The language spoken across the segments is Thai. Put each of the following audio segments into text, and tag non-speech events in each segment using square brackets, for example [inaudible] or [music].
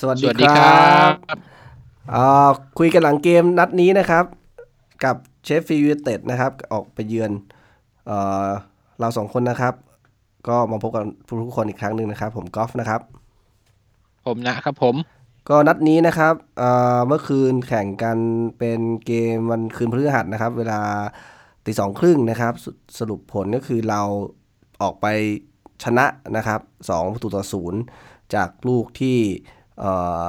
สวัส ส ดี วัส ค ดีค รัรับบ เอ่อคุยกันหลังเกมนัดนี้นะครับ กับเชฟฟิลด์ยูไนเต็ดนะครับ ออกไปเยือนเอ่อเราสองคนนะครับ ก็มาพบกันทุกคนอีกครั้งหนึ่งนะครับ ผมกอล์ฟนะครับ ผมนะครับผม ก็นัดนี้นะครับเอ่อเมื่อคืนแข่งกันเป็นเกมวันคืนพฤหัสนะครับ เวลาตีสองครึ่งนะครับสสรุปผลก็คือเราออกไปชนะนะครับสองประตูต่อศูนย์จากลูกที่เอ่อ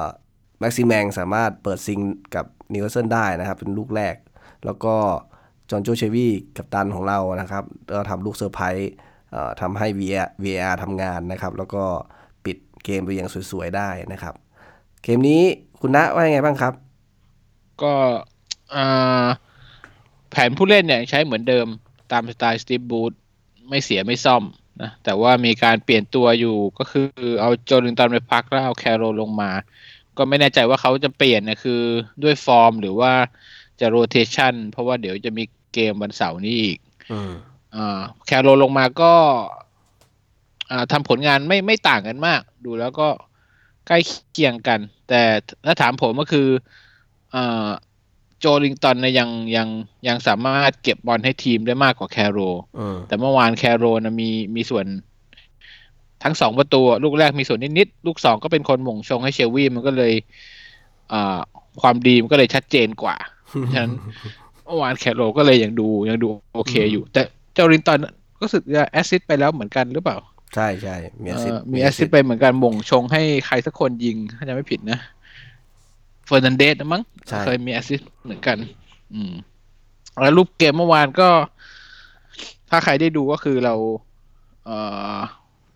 แม็กซิแมงสามารถเปิดซิงกับนิวคาสเซิลได้นะครับ เป็นลูกแรก แล้วก็จอห์นโจเชวี่กับตันของเรานะครับก็ทำลูกเซอร์ไพรส์เอ่อทำให้ VR VR ทำงานนะครับ แล้วก็ปิดเกมไปอย่างสวยๆได้นะครับ เกมนี้คุณณว่ายังไงบ้างครับ ก็เอ่อแผนผู้เล่นเนี่ยใช้เหมือนเดิมตามสไตล์สตี b บูธไม่เสียไม่ซ่อมนะแต่ว่ามีการเปลี่ยนตัวอยู่ก็คือเอาโจลิงตันไปพักแล้วเอาแคโรลลงมา ก็ไม่แน่ใจว่าเขาจะเปลี่ยนนะคือด้วยฟอร์มหรือว่าจะโรเ t ชันเพราะว่าเดี๋ยวจะมีเกมวันเสาร์นี้อีก อืม อ่าแคโรลลงมาก็อ่าทำผลงานไม่ไม่ต่างกันมาก ดูแล้วก็ใกล้เคียงกัน แต่ถ้าถามผมก็คืออ่าโจลิงตันเนี่ยยังยังยังสามารถเก็บบอลให้ทีมได้มากกว่าแคโร อืม แต่เมื่อวานแคโรนะมีมีส่วนทั้งสองประตูอะลูกแรกมีส่วนนิดๆลูกสองก็เป็นคนหม่งชงให้เชลวีมันก็เลยอ่าความดีมันก็เลยชัดเจนกว่า ฉะนั้น เมื่อวานแคโรก็เลยยังดูยังดูโอเคอยู่ แต่เจ้าลินตันก็รู้สึกจะแอสซิสต์ไปแล้วเหมือนกันหรือเปล่า ใช่ใช่มีแอสซิส เอ่อ ต์ มีแอสซิสต์ไปเหมือนกันหม่งชงให้ใครสักคนยิงถ้าจำไม่ผิดนะเฟอร์นันเดสมั้ง ใช่ เคยมีแอสซิสต์เหมือนกัน อืม แล้วรูปเกมเมื่อวานก็ ถ้าใครได้ดูก็คือเรา เอ่อ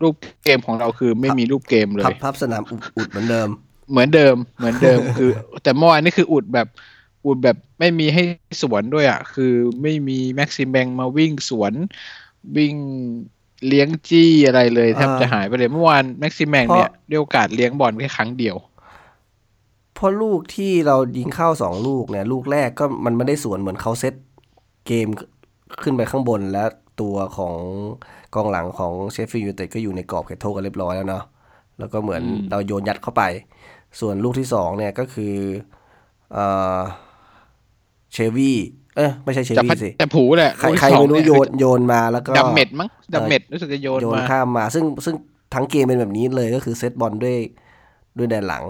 รูปเกมของเราคือไม่มีรูปเกมเล พับ ย พับสนามอุดอุดเหมือนเดิม เหมือนเดิม เหมือนเดิม คือ แต่เมื่อวานนี่คืออุดแบบ อุดแบบไม่มีให้สวนด้วยอ่ะ คือไม่มีแม็กซิมแบงมาวิ่งสวน วิ่งเลี้ยงจี้อะไรเลยแทบ อ่า จะหายไปเลยเมื่อวานแม็กซิมแบง เพราะ เนี่ยได้โอกาสเลี้ยงบอลแค่ครั้งเดียว เพราะลูกที่เรายิงเข้าสองลูกเนี่ย ลูกแรกก็มันไม่ได้สวนเหมือนเขาเซตเกมขึ้นไปข้างบนและตัวของกองหลังของเชฟฟิลด์ยูไนเต็ดก็อยู่ในกรอบเขตโทษกันเรียบร้อยแล้วเนาะแล้วก็เหมือน อืม เราโยนยัดเข้าไป ส่วนลูกที่สองเนี่ยก็คือเอ่อเชวี่เอ้ยไม่ใช่เช จะพัด วี่สิ จะผูแหละ ใคร ลูก ใคร สอง ไม่รู้ เย โยนโยนมาแล้วก็ ดัมเม็ดมั้งดัมเม็ดรู้สึกจะโยน โยน มา ข้ามมาซึ่งซึ่งทั้งเกมเป็นแบบนี้เลยก็คือเซตบอลด้วยด้วยแดนหลัง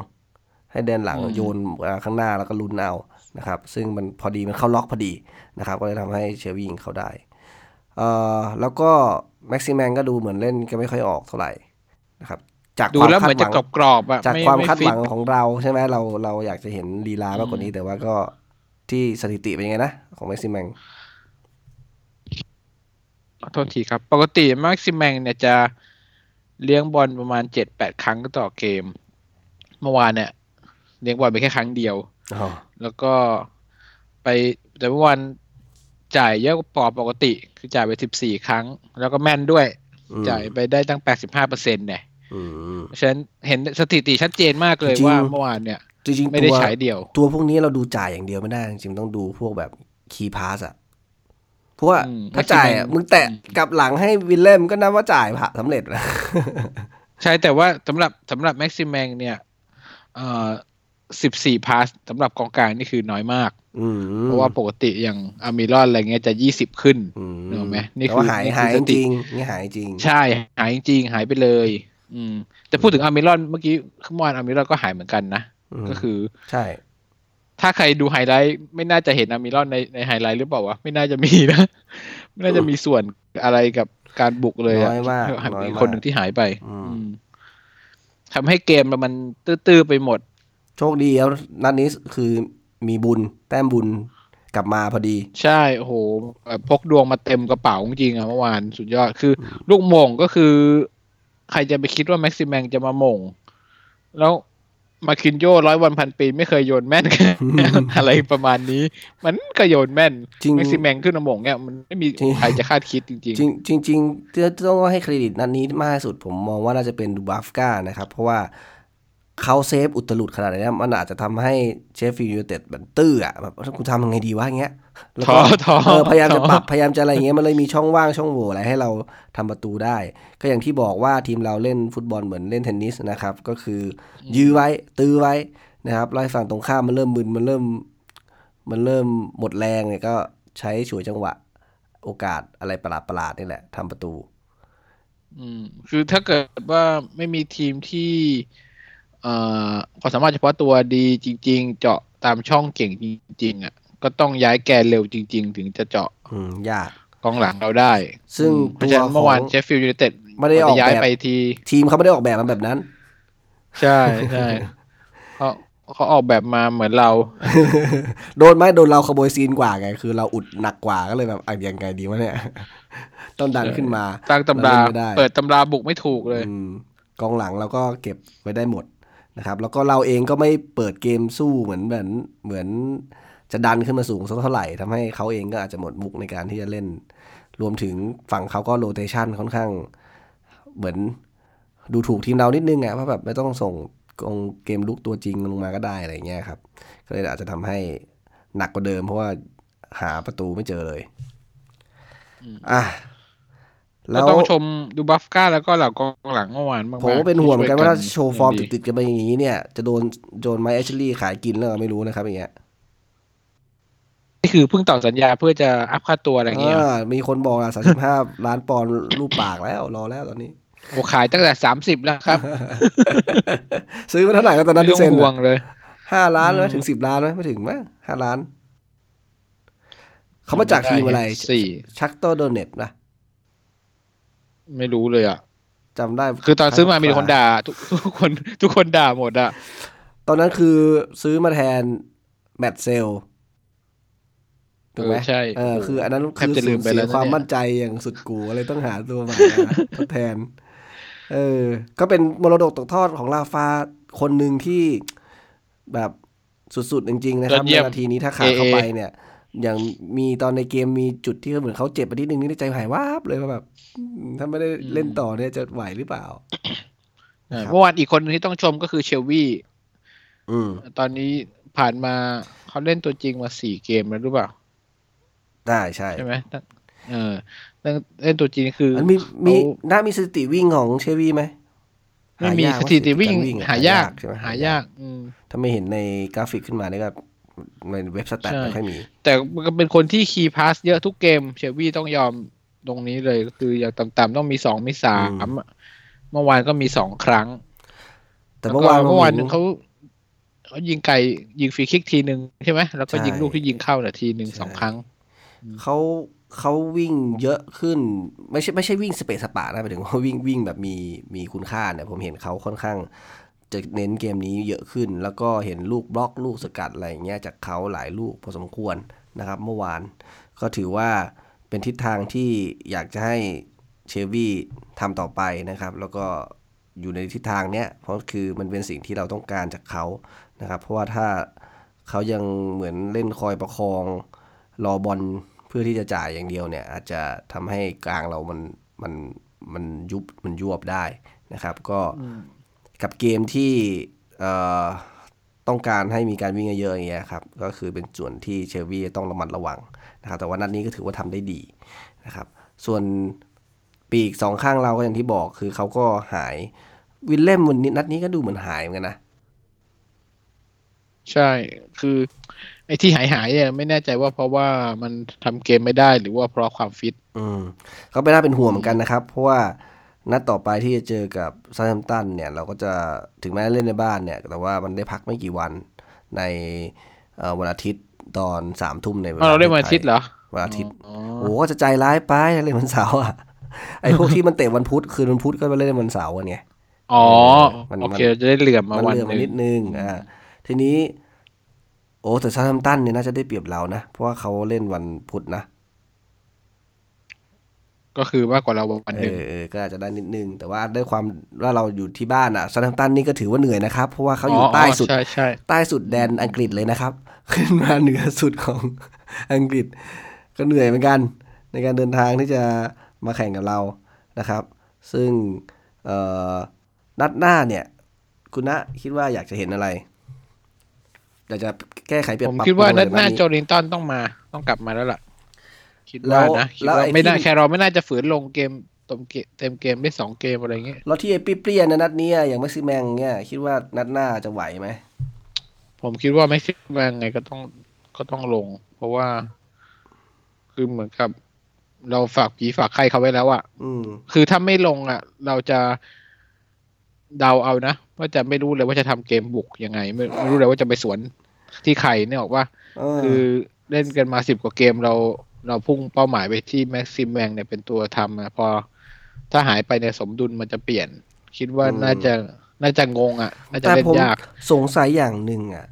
ให้แดนหลัง อืม โยนมาข้างหน้าแล้วก็ลุ้นเอานะครับ ซึ่งมันพอดีมันเข้าล็อกพอดีนะครับ ก็เลยทำให้เชลวียิงเข้าได้เอ่อแล้วก็แม็กซิแมนก็ดูเหมือนเล่นก็ไม่ค่อยออกเท่าไหร่นะครับจาก ดู ความ แล้ว คา เหมือ ด น ห จะ วัง กรอบๆอ่ะ จาก ไ ความคาด ไฟิ ห ต วังของเราใช่ไหมเราเราอยากจะเห็นลีลามากกว่านี้ แต่ว่าก็ที่สถิติเป็นยังไงนะของแม็กซิแมน ขอโทษทีครับ ปกติแม็กซิแมงเนี่ยจะเลี้ยงบอลประมาณเจ็ดแปดครั้งต่อเกม เมื่อวานเนี่ยเลี้ยงบอลไปแค่ครั้งเดียว แล้วก็ไปแต่เมื่อวานจ่ายเยอะกว่าปกติ คือจ่ายไปสิบสี่ครั้ง แล้วก็แม่นด้วย จ่ายไปได้ตั้งแปดสิบห้าเปอร์เซ็นต์เนี่ยเพราะฉะนั้นเห็นสถิติชัดเจนมากเลย จริง ว่าเมื่อวานเนี่ย จริงๆ ไม่ได้ ตัว ฉายเดียว ตัวพวกนี้เราดูจ่ายอย่างเดียวไม่ได้จริงๆต้องดูพวกแบบคีย์พาสอะเพราะว่า อืม ถ้าจ่ายอะ maximum มึงแตะกลับหลังให้วิลเลมก็นับว่าจ่ายผ่าสำเร็จนะ [laughs] ใช่แต่ว่าสำหรับสำหรับแม็กซิแมงเนี่ยเอ่อสิบสี่พาสสำหรับกองกลางนี่คือน้อยมาก อืม เพราะว่าปกติอย่างอามิรอนอะไรเงี้ยจะยี่สิบขึ้น อืม นึกออกไหมนี่ แต่ว่า คือ หายหายนี่คือจ สติ ริงนี่หายจริง ใช่ หายจริงๆหายไปเลย อืมแต่พูดถึงอามิรอนเมื่อกี้เมื่อวานอามิรอนก็หายเหมือนกันนะ อืม ก็คือ ใช่ ถ้าใครดูไฮไลท์ไม่น่าจะเห็นอามิรอนในในไฮไลท์หรือเปล่าวะไม่น่าจะมีนะ [laughs] ไม่น่าจะมีส่วนอะไรกับการบุกเลย น้ อะ อยมาก หาย น้ ไป อย อีก มา ค ก นหนึ่งที่หายไป อืม อืมทำให้เกมมันตื้อๆไปหมด โชคดีแล้วนัดนี้คือมีบุญแต้มบุญกลับมาพอดี ใช่โอ้โหแบบพกดวงมาเต็มกระเป๋าจริงๆอะเมื่อวานสุดยอดคือ ลูกโหม่งก็คือ ใครจะไปคิดว่าแม็กซิแมงจะมาโหม่ง แล้วมาคินโยร้อยวันพันปีไม่เคยโยนแม่น [laughs] อะไรประมาณนี้ มันก็โยนแม่น จริง แม็กซิแมงขึ้นมาโหม่งเนี่ยมันไม่มี จริง ใครจะคาดคิดจริง จริงจริงจริงๆต้องให้เครดิตนัดนี้มากที่สุดผมมองว่าน่าจะเป็นดูบัฟก้านะครับ เพราะว่า เขาเซฟอุตลุดขนาดนี้มันอาจจะทำให้เชฟฟิลด์ยูไนเต็ดมันตื้ออ่ะแบบกูทำยังไงดีวะอย่างเงี้ยแล้วก็ ท้อท้อ เออพยายามจะ ท้อ ปรับพยายามจะอะไรอย่างเงี้ยมันเลยมีช่องว่างช่องโหว่อะไรให้เราทำประตูได้ ก็อย่างที่บอกว่าทีมเราเล่นฟุตบอลเหมือนเล่นเทนนิสนะครับ ก็คือยื้อไว้ตื้อไว้นะครับไล่ฝั่งตรงข้ามมันเริ่มมึนมันเริ่ม มันเริ่มหมดแรงเนี่ยก็ใช้ฉวยจังหวะโอกาสอะไรประหลาดประหลาดๆนี่แหละทำประตู อืมคือถ้าเกิดว่าไม่มีทีมที่เอ่อความสามารถเฉพาะตัวดีจริง ๆ เจาะตามช่องเก่งจริง ๆ อ่ะ ก็ต้องย้ายแกนเร็วจริง ๆ ถึงจะเจาะ อืมยาก กองหลังเราได้ ซึ่ง อืมเพราะฉะนั้นเมื่อวาน ตัวของ เชฟฟิลด์ยูไนเต็ด ไม่ได้ออกแบบ ย้ายไปที ทีมเขาไม่ได้ออกแบบมาแบบนั้น [laughs] ใช่ใช่เขาเขาออกแบบมาเหมือนเรา โดนไหมโดนเราขโมยซีนกว่าไง คือเราอุดหนักกว่าก็เลยแบบอ่ะยังไงดีวะเนี่ย ต้องดันขึ้นมา ตั้งตำรา เล่นไม่ได้ เปิดตำราบุกไม่ถูกเลย อืมกองหลังเราก็เก็บไว้ได้หมดนะครับ แล้วก็เราเองก็ไม่เปิดเกมสู้เหมือนเหมือนเหมือน จะดันขึ้นมาสูงสักเท่าไหร่ทำให้เขาเองก็อาจจะหมดมุกในการที่จะเล่น รวมถึงฝั่งเขาก็โรเตชันค่อนข้าง เหมือนดูถูกทีมเรานิดนึงอะว่าแบบไม่ต้องส่งกองเกมลุกตัวจริงลงมาก็ได้อะไรเงี้ยครับ ก็เลยอาจจะทำให้หนักกว่าเดิม เพราะว่าหาประตูไม่เจอเลย อืม อ่ะแล้วก็ต้องชมดูบัฟก้าแล้วก็เหล่ากองหลังเมื่อวานมากๆ ผมก็เป็นห่วงเหมือนกันว่าถ้า ที่ย โชว์ฟอร์ม ย่างดี ติดๆกันไปอย่างนี้เนี่ย จะโดนโดนไมเอชลี่ขายกินแล้วไม่รู้นะครับอย่างเงี้ย นี่คือเพิ่งต่อสัญญาเพื่อจะอัพค่าตัวอะไรอย่างเงี้ย เออมีคนบอกละสามสิบห้า ล้านปอนด์รูปปากแล้ว รอแล้วตอนนี้ [laughs] โอ้ขายตั้งแต่สามสิบแล้วครับ ซื้อมาเท่าไหร่ก็ตอนนั้นไม่ต้ ที่ อง เซ็น ห่วง อะ เลย ห้าล้านไหม อืม ถึงสิบล้านไหมไม่ถึงมั้ยห้าล้าน เขามาจากทีมอะไร สี่ ชักโตโดเนตนะ ไม่รู้เลยอ่ะ จำได้ คือตอนซื้อมามีคนด่าทุกทุกคนทุกคนด่าหมดอ่ะ ตอนนั้นคือซื้อมาแทนแมตเซลถูกไหม เออใช่ เออคือ อันนั้น แท คื บ อ จะลื สูญมไป เสี แล้ ยว นะ ความ เนี่ย มั่นใจอย่างสุดกูเลยต้องหาตัวใหม่นะทดแทน เออ ก็เป็นมรดกตกทอดของลาฟาคนหนึ่งที่แบบสุดๆจริงๆนะครับ ยอดเยี่ ใน ยม นาทีนี้ถ้าขาดเข้า เอเอ ไปเนี่ย อย่างมีตอนในเกมมีจุดที่เหมือนเขาเจ็บไปนิดนึงนี่ในใจหายวาบเลยว่าแบบอืมถ้าไม่ได้เล่นต่อเนี่ยจะไหวหรือเปล่า เออ ครับ เมื่อวานอีกคนหนึ่งที่ต้องชมก็คือเชลวี่ อืม ตอนนี้ผ่านมาเขาเล่นตัวจริงมาสี่เกมแล้วหรือเปล่า ได้ใช่ ใช่ไหมตั้งเออตั้งเล่นตัวจริงคือ มันมีมี เขา น่ามีสถิติวิ่งของเชวี่ไหม ไม่มี หายาก สถิติวิ่ง กรอะ หายาก ใช่ไหม หายาก อืม ถ้าไม่เห็นในกราฟิกขึ้นมาเนี่ยก็ในเว็บสแตท ใช่ ไม่ค่อยมี แต่มันก็เป็นคนที่คีย์พาสเยอะทุกเกม เชลวี่ต้องยอมตรงนี้เลยก็คืออย่างต่ำๆต้องมีสองมีสามอะเมื่อวานก็มีสองครั้ง แต่เมื่อวาน แล้ก็เมื่อวานหนึ่ผงเขาเขายิงไกลยิงฟรีคิกทีหนึ่งใช่ไหมแล้วก็ยิงลูกที่ยิงเข้าน่ะทีหนึ่งสองครั้ง มเขาเขาวิ่งเยอะขึ้น ไม่ใช่ไม่ใช่วิ่งสเปซสปานะหมายถึง [laughs] ว่าวิ่งวิ่งแบบมีมีคุณค่าเนี่ยผมเห็นเขาค่อนข้าง จะเน้นเกมนี้เยอะขึ้น แล้วก็เห็นลูกบล็อกลูกสกัดอะไรอย่างเงี้ยจากเขาหลายลูกพอสมควรนะครับ เมื่อวาน ก็ถือว่าเป็นทิศทางที่อยากจะให้เชลวี่ทำต่อไปนะครับ แล้วก็อยู่ในทิศทางเนี้ยเพราะคือมันเป็นสิ่งที่เราต้องการจากเขานะครับ เพราะว่าถ้าเขายังเหมือนเล่นคอยประคอง รอบอลเพื่อที่จะจ่ายอย่างเดียวเนี่ย อาจจะทำให้กลางเรามันมันมันยุบมันยวบได้นะครับ ก็กับเกมที่เอ่อต้องการให้มีการวิ่งเยอะๆอย่างเงี้ยครับก็คือเป็นส่วนที่เชลวีจะต้องระมัดระวัง นะครับแต่ว่านัดนี้ก็ถือว่าทำได้ดีนะครับ ส่วนปีกสองข้างเราก็อย่างที่บอกคือเขาก็หายวิลเล่มวันนี้นัดนี้ก็ดูเหมือนหายเหมือนกันนะ ใช่ คือ ไอ้ที่หายหายๆเนี่ยไม่แน่ใจว่าเพราะว่ามันทำเกมไม่ได้หรือว่าเพราะความฟิต อืมก็ไม่น่าเป็นห่วงเหมือนกันนะครับ เพราะว่านัดต่อไปที่จะเจอกับซาแฮมป์ตันเนี่ย เราก็จะถึงแม้เล่นในบ้านเนี่ย แต่ว่ามันได้พักไม่กี่วันในเอ่อวันอาทิตย์ตอนสามทุ่มในวล อ้าวเราเล่นวันอาทิตย์เหรอ วันอาทิตย์ อ๋อ โอ้โหจะใจร้ายไปนะเล่นวันเสาร์อะ [laughs] ไอพวกที่มันเตะวันพุธคืนวันพุธก็ไปเล่นวันเสาร์กันไง อ๋อ มัน โอเคจะได้เหลื่อมมา มัน วัน เหลื่อม ห มา นึ่ นิ ง ดนึง อ่า ทีนี้ โอ้แต่ซาทัมตันเนี่ยน่าจะได้เปรียบเรานะ เพราะว่าเขาเล่นวันพุธนะ ก็คือมากกว่าเราวัน เอ หนึ่ง อเออก็อาจจะได้นิดนึง แต่ว่าด้วยความว่าเราอยู่ที่บ้านอ่ะซาทัมตันนี่ก็ถือว่าเหนื่อยนะครับ เพราะว่าเขาอยู่ใต้สุด ใช่ใช่ ใต้สุดแดนอังกฤษเลยนะครับ ขึ้นมาเหนือสุดของ [laughs] อังกฤษ ก็เหนื่อยเหมือนกัน ในการเดินทางที่จะมาแข่งกับเรานะครับ ซึ่งเอ่อนัดหน้าเนี่ย คุณณะคิดว่าอยากจะเห็นอะไร อยากจะแก้ไขเปลี่ยน ผม ปรับ คิดปว่ารุง นัด อะไร หน้า บ้ง โจลิงตันต้องมาต้องกลับมาแล้วล่ะ คิด แล้ว ว่านะคิด แล้ว ว่า ไอ้ ไม่น่า ที่ แครอลไม่น่าจะฝืนลงเกมตมเกมเต็มเกมได้สองเกมอะไรเงี้ย แล้วที่ไอ้เปรี้ยๆนะนัดเนี้ยอย่างแม็กซิแมงเนี่ยคิดว่านัดหน้าจะไหวไหม ผมคิดว่าไม่คิดว่าไงก็ต้องก็ต้องลง เพราะว่า คือเหมือนกับ เราฝากผีฝากใครเขาไว้แล้วอะ อืม คือถ้าไม่ลงอะเราจะเดาเอานะว่าจะไม่รู้เลยว่าจะทำเกมบุกยังไง ไม่ไม่รู้เลยว่าจะไปสวนที่ใครเนี่ยบอกว่า เออ คือเล่นกันมาสิบกว่าเกมเราเราพุ่งเป้าหมายไปที่แม็กซิมแวงเนี่ยเป็นตัวทำนะพอถ้าหายไปเนี่ยสมดุลมันจะเปลี่ยน คิดว่า อืม น่าจะน่าจะงงอะ่ะ น่าจะ แต่ เล่น ผม ยาก สงสัยอย่างหนึ่งอ่ะ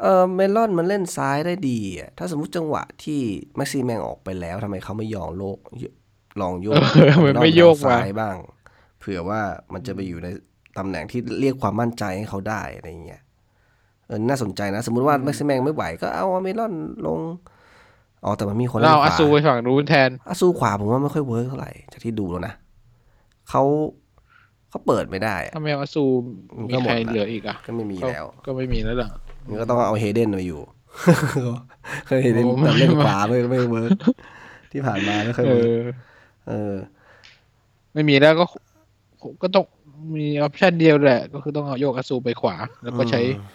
เออเมลอนมันเล่นซ้ายได้ดีอ่ะ ถ้าสมมติจังหวะที่แม็กซี่แมงออกไปแล้วทำไมเขาไม่ยองโลกลองโยก เออมันไม่โยก ลองทางซ้า ว่ะ ยบ้าง เผื่อว่ามันจะไปอยู่ในตำแหน่งที่เรียกความมั่นใจให้เขาได้อะไรอย่างเงี้ยเออน่าสนใจนะ สมมติว่าแม็กซี่แมงไม่ไหวก็เอาเมลอนลงอ๋อแต่มันมีคน เรา เล่นข อาซู วา ไปฝั่งนู้นแทน อาซูขวาผมว่าไม่ค่อยเวิร์กเท่าไหร่จากที่ดูแล้วนะเขาเขาเปิดไม่ได้อะ ถ้าไม่เอาอาซู มัน มี ก็หมด ใคร ละ เหลืออีกอะ่ะ ก็ไม่มี ก็ แล้ว ก็ไม่มีแล้วล่ะ มันก็ต้องเอาเฮเดนมา [laughs] อยู่ เคยเฮเดน โอ้ไม่ แต่เล่นขวาไม่ไม่เวิร์กที่ผ่านมาไม่เคย เอ เวิร์ก อ เออ ไม่มีแล้วก็ก็ต้องมีออปชันเดียวแหละ ก็คือต้องเอาโยกอาซูไปขวา แล้วก็ใช้ อืม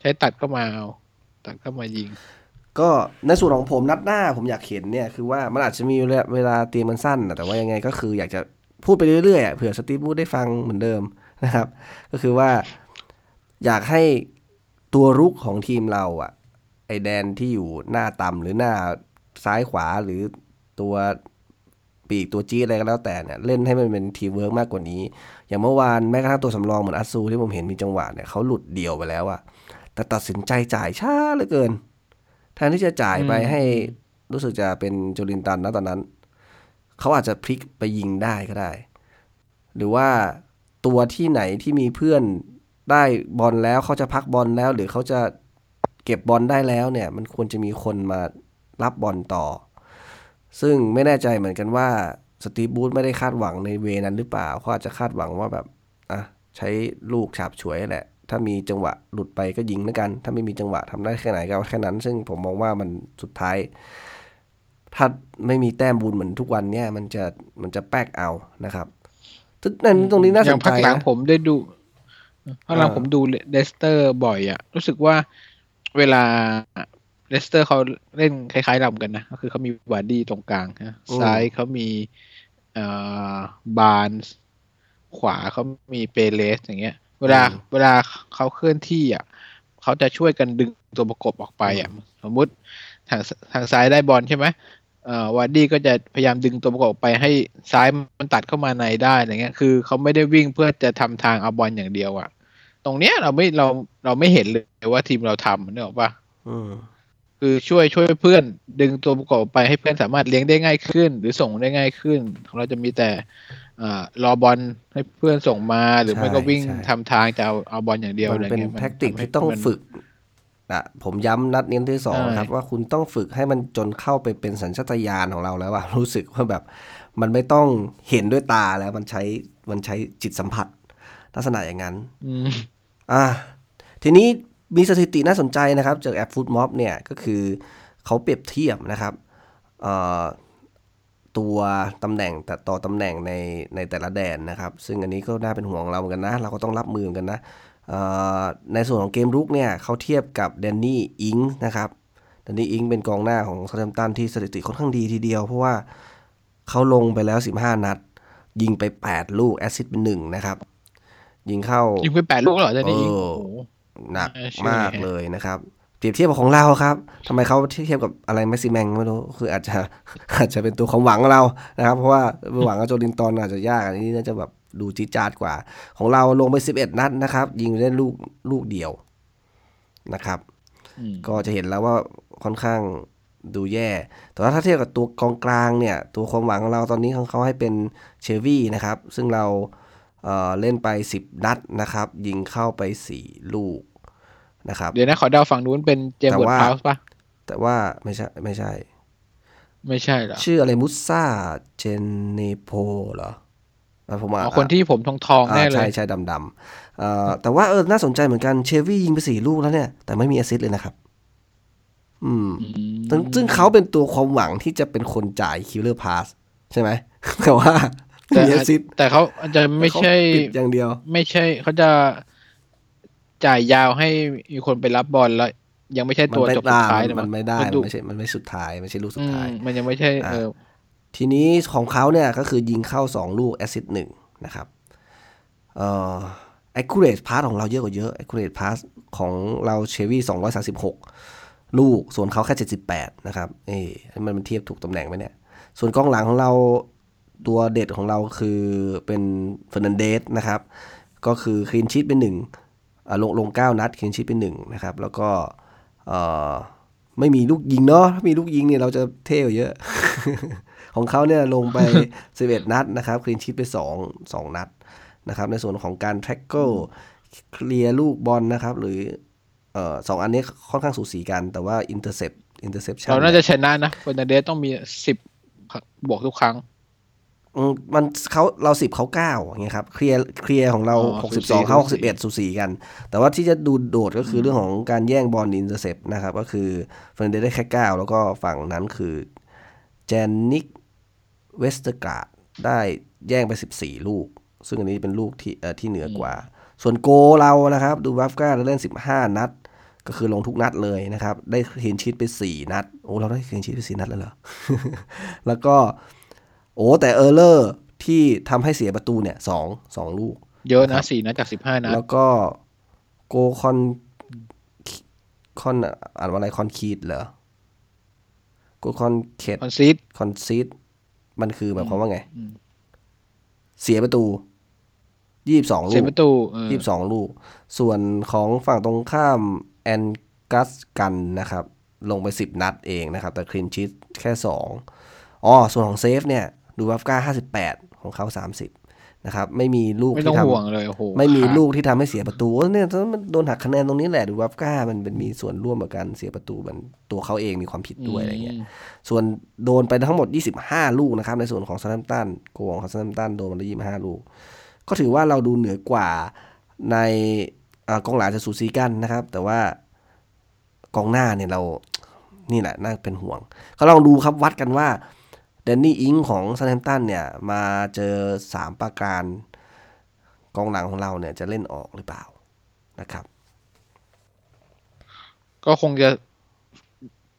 ใช้ตัดเข้ามาเอาตัดเข้ามายิง ก็ในส่วนของผมนัดหน้าผมอยากเห็นเนี่ยคือว่ามันอาจจะมีเวลาเตรียมมันสั้นนะแต่ว่ายังไงก็คืออยากจะพูดไปเรื่อยๆอ่ะเผื่อสตีฟบูดได้ฟังเหมือนเดิม [laughs] นะครับ ก็คือว่าอยากให้ตัวรุกของทีมเราอ่ะ ไอแดนที่อยู่หน้าต่ำหรือหน้าซ้ายขวาหรือตัวปีกตัวจี้อะไรก็แล้วแต่เนี่ยเล่นให้มันเป็นทีมเวิร์กมากกว่านี้ อย่างเมื่อวานแม้กระทั่งตัวสำรองเหมือนอัสซูที่ผมเห็นมีจังหวะเนี่ยเขาหลุดเดี่ยวไปแล้วอะแต่ตัดสินใจจ่ายช้าเหลือเกิน แทนที่จะจ่ายไป อืม ให้รู้สึกจะเป็นโจลินตันนะตอนนั้น เขาอาจจะพลิกไปยิงได้ก็ได้ หรือว่าตัวที่ไหนที่มีเพื่อนได้บอลแล้วเขาจะพักบอลแล้ว หรือเขาจะเก็บบอลได้แล้วเนี่ย มันควรจะมีคนมารับบอลต่อ ซึ่งไม่แน่ใจเหมือนกันว่าสตีฟบูธไม่ได้คาดหวังในเวนั้นหรือเปล่าเขาอาจจะคาดหวังว่าแบบอ่ะใช้ลูกฉาบฉวยแหละ ถ้ามีจังหวะหลุดไปก็ยิงแล้วกัน ถ้าไม่มีจังหวะทำได้แค่ไหนก็เอาแค่นั้น ซึ่งผมมองว่ามันสุดท้าย ถ้าไม่มีแต้มบุญเหมือนทุกวันเนี่ย มันจะมันจะแป๊กเอานะครับซึ่งนั่นตรงนี้น่า อ ส ย่าน ง ใจ พักหลัง นะ ผมได้ดูพักหลัง เออ ผมดูเลสเตอร์บ่อยอะรู้สึกว่าเวลาเลสเตอร์เขาเล่นคล้ายๆเราเหมือนกันนะก็คือเขามีวาร์ดี้ตรงกลางนะซ้ายเขามีเอ่อบานส์ขวาเขามีเปเลสอย่างเงี้ย เวลาเวลาเขาเคลื่อนที่อ่ะเขาจะช่วยกันดึงตัวประกบออกไปอ่ะสมมุติทางทางซ้ายได้บอลใช่ไหม เอ่อวาร์ดี้ก็จะพยายามดึงตัวประกอบออกไปให้ซ้ายมันตัดเข้ามาในได้อะไรเงี้ย คือเขาไม่ได้วิ่งเพื่อจะทำทางเอาบอลอย่างเดียวอะตรงเนี้ยเราไม่เราเราไม่เห็นเลยว่าทีมเราทำเนี่ยหรอกปะ อืม คือช่วยช่วยเพื่อนดึงตัวประกอบออกไปให้เพื่อนสามารถเลี้ยงได้ง่ายขึ้น หรือส่งได้ง่ายขึ้นของเราจะมีแต่เอ่อรอบอลให้เพื่อนส่งมาหรือไม่ก็วิ่ง ใช่ใช่ ทำทางจะเอาเอาบอลอย่างเดียว มั อะ น ไร เป็น เงี้ย แท็กติก ำให้ ที่ต้อง มัน ฝึกนะผมย้ำนัดเน้นที่สอง ใช่ ครับ ว่าคุณต้องฝึกให้มันจนเข้าไปเป็นสัญชาตญาณของเราแล้วอะ [laughs] รู้สึกว่าแบบมันไม่ต้องเห็นด้วยตาแล้วมันใช้มันใช้จิตสัมผัส ลักษณะอย่างนั้น อืม อ่าทีนี้มีสถิติน่าสนใจนะครับ จากแอปฟู้ดม็อบเนี่ยก็คือเขาเปรียบเทียบนะครับเอ่อตัวตำแหน่งแต่ต่อตำแหน่งในในแต่ละแดนนะครับ ซึ่งอันนี้ก็น่าเป็นห่วงเราเหมือนกันนะ เราก็ต้องรับมือเหมือนกันนะเอ่อในส่วนของเกมรุกเนี่ยเขาเทียบกับแดนนี่อิงค์นะครับแดนนี่อิงค์เป็นกองหน้าของซาเทมตันที่สถิติค่อนข้างดีทีเดียว เพราะว่าเขาลงไปแล้ว 15 นัด ยิงไป 8 ลูกแอสซิสต์เป็นหนึ่งนะครับยิงเข้า ยิงไปแปดลูกเหรอจะได้ยิง เออ โอ้โห หนัก เออใช่ มากเลยนะครับ เปรียบเทียบกับของเราครับทำไมเขาเทียบกับอะไรแม็กซิแมงไม่รู้ คืออาจจะ [laughs] อาจจะเป็นตัวความหวังของเรานะครับ เพราะว่าไปหวังกับโจลินตอนอาจจะยากอันนี้น่าจะแบบดูจี๊ดจาดกว่า ของเราลงไป 11 นัดนะครับ ยิงไปได้ลูกลูกเดียวนะครับ อืม ก็จะเห็นแล้วว่าค่อนข้างดูแย่ แต่ว่าถ้าเทียบกับตัวกองกลางเนี่ย ตัวความหวังของเราตอนนี้ของเขาให้เป็นเชวี่นะครับ ซึ่งเราเอ่อเล่นไป 10 นัดนะครับ ยิงเข้าไป 4 ลูกนะครับ เดี๋ยวนะขอเดาฝั่งนู้นเป็นเจมส์ แต่ เวิร์ด ว่า พาวส์ปะ แต่ว่าไม่ใช่ไม่ใช่ ไม่ใช่เหรอ ชื่ออะไรมุสซาเจเนโปเหรอ อ่ะผมอ่ะ อ๋อคนที่ผมทองทองๆแน่เล ใช่ ย ใช่ดำดำๆเอ่อแต่ว่าเออน่าสนใจเหมือนกันเชวี่ยิงไปสี่ลูกแล้วเนี่ย แต่ไม่มีแอสซิสต์เลยนะครับ อืม ซึ่งซึ่งเขาเป็นตัวความหวังที่จะเป็นคนจ่ายคิลเลอร์พาสใช่ไหม [laughs] แต่ว่า แต่ ไม่มีแอสซิสต์ แต่เขาอาจจะไม่ใช่ เขาปิดอย่างเดียว ไม่ใช่เขาจะจ่ายยาวให้มีคนไปรับบอลแล้ว ยังไม่ใช่ มัน ตัว ไม่ จบสุ ได้ ดท้ายนะ มันไม่ได้ น มันไม่ใช่มันไม่สุดท้ายไม่ใช่ลูกสุ อื ด ม ท้าย มันยังไม่ใช่ อ่า เออ ทีนี้ของเขาเนี่ยก็คือยิงเข้า 2 ลูกแอสซิสต์หนึ่งนะครับเอ่อ accurate pass ของเราเยอะกว่าเยอะ accurate pass ของเราเชวี่236 ลูก ส่วนเขาแค่ 78 นะครับ เอ้ยมันมันเทียบถูกตำแหน่งไหมเนี่ย ส่วนกองหลังของเราตัวเด็ดของเราคือเป็นเฟอร์นันเดสนะครับ ก็คือคลีนชีตเป็นหนึ่งอ่าลงลง 9 นัดคลีนชีตเป็นหนึ่งนะครับ แล้วก็เอ่อไม่มีลูกยิงเนาะถ้ามีลูกยิงเนี่ยเราจะเท่กว่าเยอะ [laughs] ของเขาเนี่ยลงไป 11 นัดนะครับคลีนชีตไป 2 2 นัดนะครับในส่วนของการแท็กเกิลเคลียร์ลูกบอลนะครับ หรือเอ่อสองอันนี้ค่อนข้างสูสีกัน แต่ว่าอินเตอร์เซปอินเตอร์เซปชั่น เราน่าจะชนะนะเฟอร์นันเดสต้องมีสิบบวกทุกครั้ง อืมมันเขาเราสิบเขาเก้าอย่างเงี้ยครับเคลียร์เคลียร์ของเรา อ๋ ห อก สิบสอง 64 เข้าหกสิบเอ็ดสูสีกัน แต่ว่าที่จะดูโดดก็คือเรื่องของการแย่งบอลอินเตอร์เซปนะครับ ก็คือเฟรนเดสได้แค่เก้าแล้วก็ฝั่งนั้นคือเจนนิกเวสเตอร์การ์ดได้แย่งไปสิบสี่ลูก ซึ่งอันนี้เป็นลูกที่เอ่อที่เหนือกว่า ส่วนโกเรานะครับ ดูบัฟก้าเล่นสิบห้านัด ก็คือลงทุกนัดเลยนะครับ ได้เห็นชีตไปสี่นัดโอ้เราได้เห็นชีตไปสี่นัดแล้วเหรอ [laughs] แล้วก็ โอ้แต่เออร์เลอร์ที่ทำให้เสียประตูเนี่ยสองสองลูก เยอะนะสี่นัดจากสิบห้านัด แล้วก็โกคอนคอนอ่านว่าอะไรคอนคีดเหรอโกคอนเคด คอนซีด คอนซีดมันคือหมายความว่าไง อืม เสียประตูยี่สิบสองลู เสีย ก ประตูเออ ยี่สิบสองลูก ส่วนของฝั่งตรงข้ามแอนกัสกันนะครับ ลงไปสิบนัดเองนะครับ แต่คลินชิตแค่สองอ๋อ ส่วนของเซฟเนี่ย ดูวัฟก้าห้าสิบแปดของเขาสามสิบนะครับ ไม่มีลูก ไม่ต้อ ที่ ง ท ห่วงเลยโอ้โห ำไม่มี ขาด ลูกที่ทำให้เสียประตูโอ้เนี่ยมันโดนหักคะแนนตรงนี้แหละ ดูวัฟก้ามันเป็นมีส่วนร่วมกับการเสียประตูมันตัวเขาเองมีความผิดด้วยอะไรเงี้ย ส่วนโดนไปทั้งหมด 25 ลูกนะครับ ในส่วนของซา a ัมตันโกของซา a ัมตันโดนมาแล้ว25 ลูก ก็ถือว่าเราดูเหนือกว่าในเอ่อกองหลังจะสูสีกันนะครับ แต่ว่ากองหน้าเนี่ยเรา นี่แหละน่าเป็นห่วง ก็ลองดูครับวัดกันว่าแดนนี่อิงของซา a ัมตันเนี่ย มาเจอ 3 ประการ กองหลังของเราเนี่ยจะเล่นออกหรือเปล่านะครับ ก็คงจะ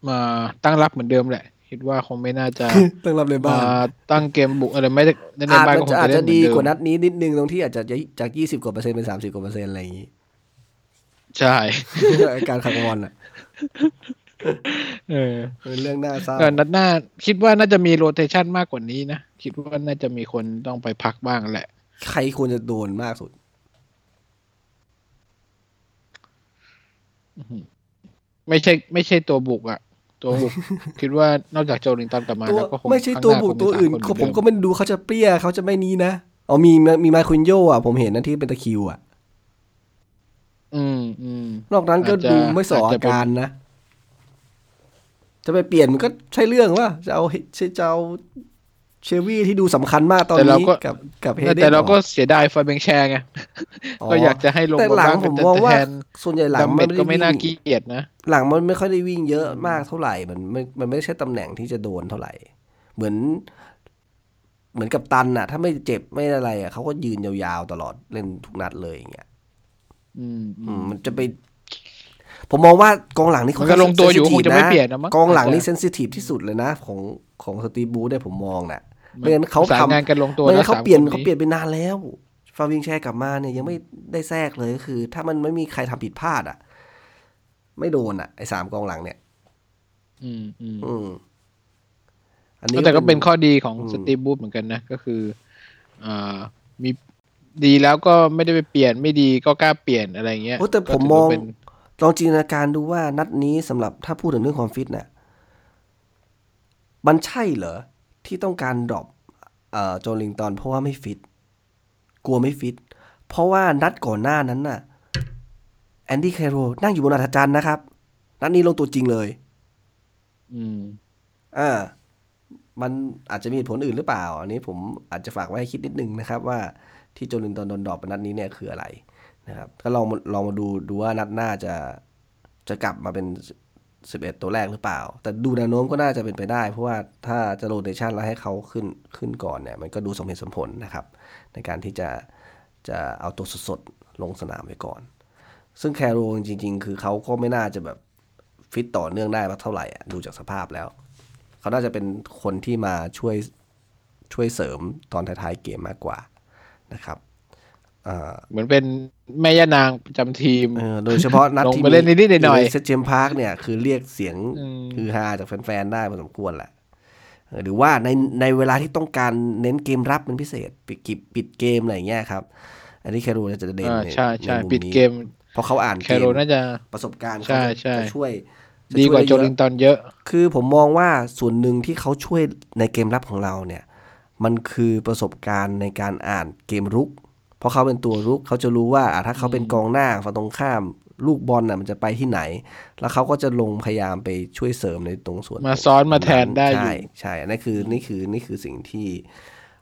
มาตั้งรับเหมือนเดิมแหละ คิดว่าคงไม่น่าจะ ต้องรับเลยบ้า มาตั้งเกมบุกอะไรไม่ได้ใน อาจ บ้าน มัน ก็คง จะอา จะ จ เล่ จะ นเหมือ ดี นเดิ ก ม ว่านัดนี้นิดนึงตรงที่อาจจะจาก 20 กว่าเปอร์เซ็นต์เป็น 30 กว่าเปอร์เซ็นต์อะไรอย่างนี้ [laughs] ใช่ [laughs] การขัดวอนอ่ะ เออ เป็นเรื่องน่าเศร้า เออนัดหน้าคิดว่าน่าจะมีโรเตชันมากกว่านี้นะ คิดว่าน่าจะมีคนต้องไปพักบ้างแหละ ใครควรจะโดนมากสุด ไม่ใช่ ไม่ใช่ตัวบุกอะตัว [laughs] บุก คิดว่านอกจากโจลิงตันกลับมา ตัว แล้วก็คง ไม่ใช่ตัวบุกตัวอื่น ข้างหาคง ผม เป็สาค ก็ไม่ดูเขาจะเปรี้ยเขาจะไม่นี้นะอ๋อมีมีมาคุนโยอ่ะผมเห็นนะที่เป็นตะคริวอ่ะ อืมอืม นอกนั้นก็ อาจจะ ดูไม่สออา อาจจะเป็น การนะ จะไปเปลี่ยนมันก็ใช่เรื่องว่าจะเอาจะเอาเชวี่ที่ดูสำคัญมากตอนนี้กับกับเฮ แต่ เดน แต่เราก็เสียดายไฟเบงแชร์ไง ก็อยากจะให้ลง แต่ มา หลัง บ้าง ผ เป็น ม ตัว มองว่า แทน ส่วนใหญ่หลั ดั ง ม มั เม น ด ไม่ ก็ ได้ ไม่น่าเก วิ่ง ลียดนะ หลังมันไม่ค่อยได้วิ่งเยอะมากเท่าไหร่มันมันมันไม่ใช่ตำแหน่งที่จะโดนเท่าไหร่ เหมือน เหมือนกับตันน่ะ ถ้าไม่เจ็บไม่อะไรอ่ะเขาก็ยืนยาวๆตลอดเล่นทุกนัดเลยอย่างเงี้ย อืม อื อื ม ม มันจะไป ผมมองว่ากองหลังนี่ มันก็ลงตัวอยู่ sensitive คงจะไม่เปลี่ยนนะมั้ง กองหลังนี่เซนซิทีฟที่สุดเลยนะ ของของสตีบูได้ผมมองน่ะไม่งั้นเขา ประสาน ทำ งานกันลงตัว ไม่งั้น นะ เขา สม เปลี่ยน ค เขาเปลี่ยนไปนานแล้ว ฟาวิงแชร์กลับมาเนี่ยยังไม่ได้แทรกเลยก็คือ ถ้ามันไม่มีใครทำผิดพลาดอ่ะ ไม่โดนอ่ะไอ้สามกองหลังเนี่ย อืมอืม อืม แต่ก็เป็นข้อดีของ อืม สตีฟบูธเหมือนกันนะ ก็คืออ่ามีดีแล้วก็ไม่ได้ไปเปลี่ยนไม่ดีก็กล้าเปลี่ยนอะไรเงี้ย โอ้แต่ ก็ ผม ถื มอง เป็น ลองจินตนาการดูว่านัดนี้สำหรับถ้าพูดถึงเรื่องความฟิตน่ะมันใช่เหรอ ที่ต้องการดรอปเอ่อโจลิงตันเพราะว่าไม่ฟิต กลัวไม่ฟิต เพราะว่านัดก่อนหน้านั้นน่ะ แอนดี้แคโรนั่งอยู่บนอัฐจันทร์นะครับ นัดนี้ลงตัวจริงเลย อืม อ่า มันอาจจะมีเหตุผลอื่นหรือเปล่า อันนี้ผมอาจจะฝากไว้ให้คิดนิดนึงนะครับ ว่าที่โจลินตันโดนดรอปนัดนี้เนี่ยคืออะไรนะครับก็ลองลองมาดูดูว่านัดหน้าจะจะกลับมาเป็น 11 ตัวแรกหรือเปล่า แต่ดูแนวโน้มก็น่าจะเป็นไปได้ เพราะว่าถ้าจะโรเตชันแล้วให้เขาขึ้นขึ้นก่อนเนี่ยมันก็ดูสมเหตุสมผลนะครับ ในการที่จะจะเอาตัวสดๆลงสนามไปก่อน ซึ่งแคโรจริงๆ คือเขาก็ไม่น่าจะแบบฟิตต่อเนื่องได้มากเท่าไหร่อะดูจากสภาพแล้ว เขาน่าจะเป็นคนที่มาช่วยช่วยเสริมตอนท้ายๆเกมมากกว่านะครับอ่า เหมือนเป็นแม่ย่านางประจำทีม เออโดยเฉพาะ [laughs] นัด ลง ที่ ไปเล่นนิดๆหน่อยๆ เซเจมพาร์คเนี่ยคือเรียกเสียง อืม คือฮาจากแฟนๆได้พอสมควรแหละเออหรือว่าในในเวลาที่ต้องการเน้นเกมรับเป็นพิเศษปิดกิบปิดเกมอะไรอย่างเงี้ยครับ อันนี้แครูน่าจะเด่น อ่า ใน ใช่ใช่ ในมุม ปิด นี้ เกม เพราะเขาอ่าน แค เกม โรน่าจะ ประสบการณ์ ใช่ เขาจะ ใช่ จะช่วยะ ดีกว่าโจ ช่วยได้เยอะ ลิงตันเยอะ คือผมมองว่าส่วนหนึ่งที่เขาช่วยในเกมรับของเราเนี่ย มันคือประสบการณ์ในการอ่านเกมรุก เพราะเขาเป็นตัวรุกเขาจะรู้ว่าอ่ะถ้าเขาเป็นกองหน้าฝั่งตรงข้าม ลูกบอลน่ะมันจะไปที่ไหน แล้วเขาก็จะลงพยายามไปช่วยเสริมในตรงส่วน มาซ้อนมาแทนได้อยู่ ใช่ใช่อันนั่นคือนี่คือนี่คือสิ่งที่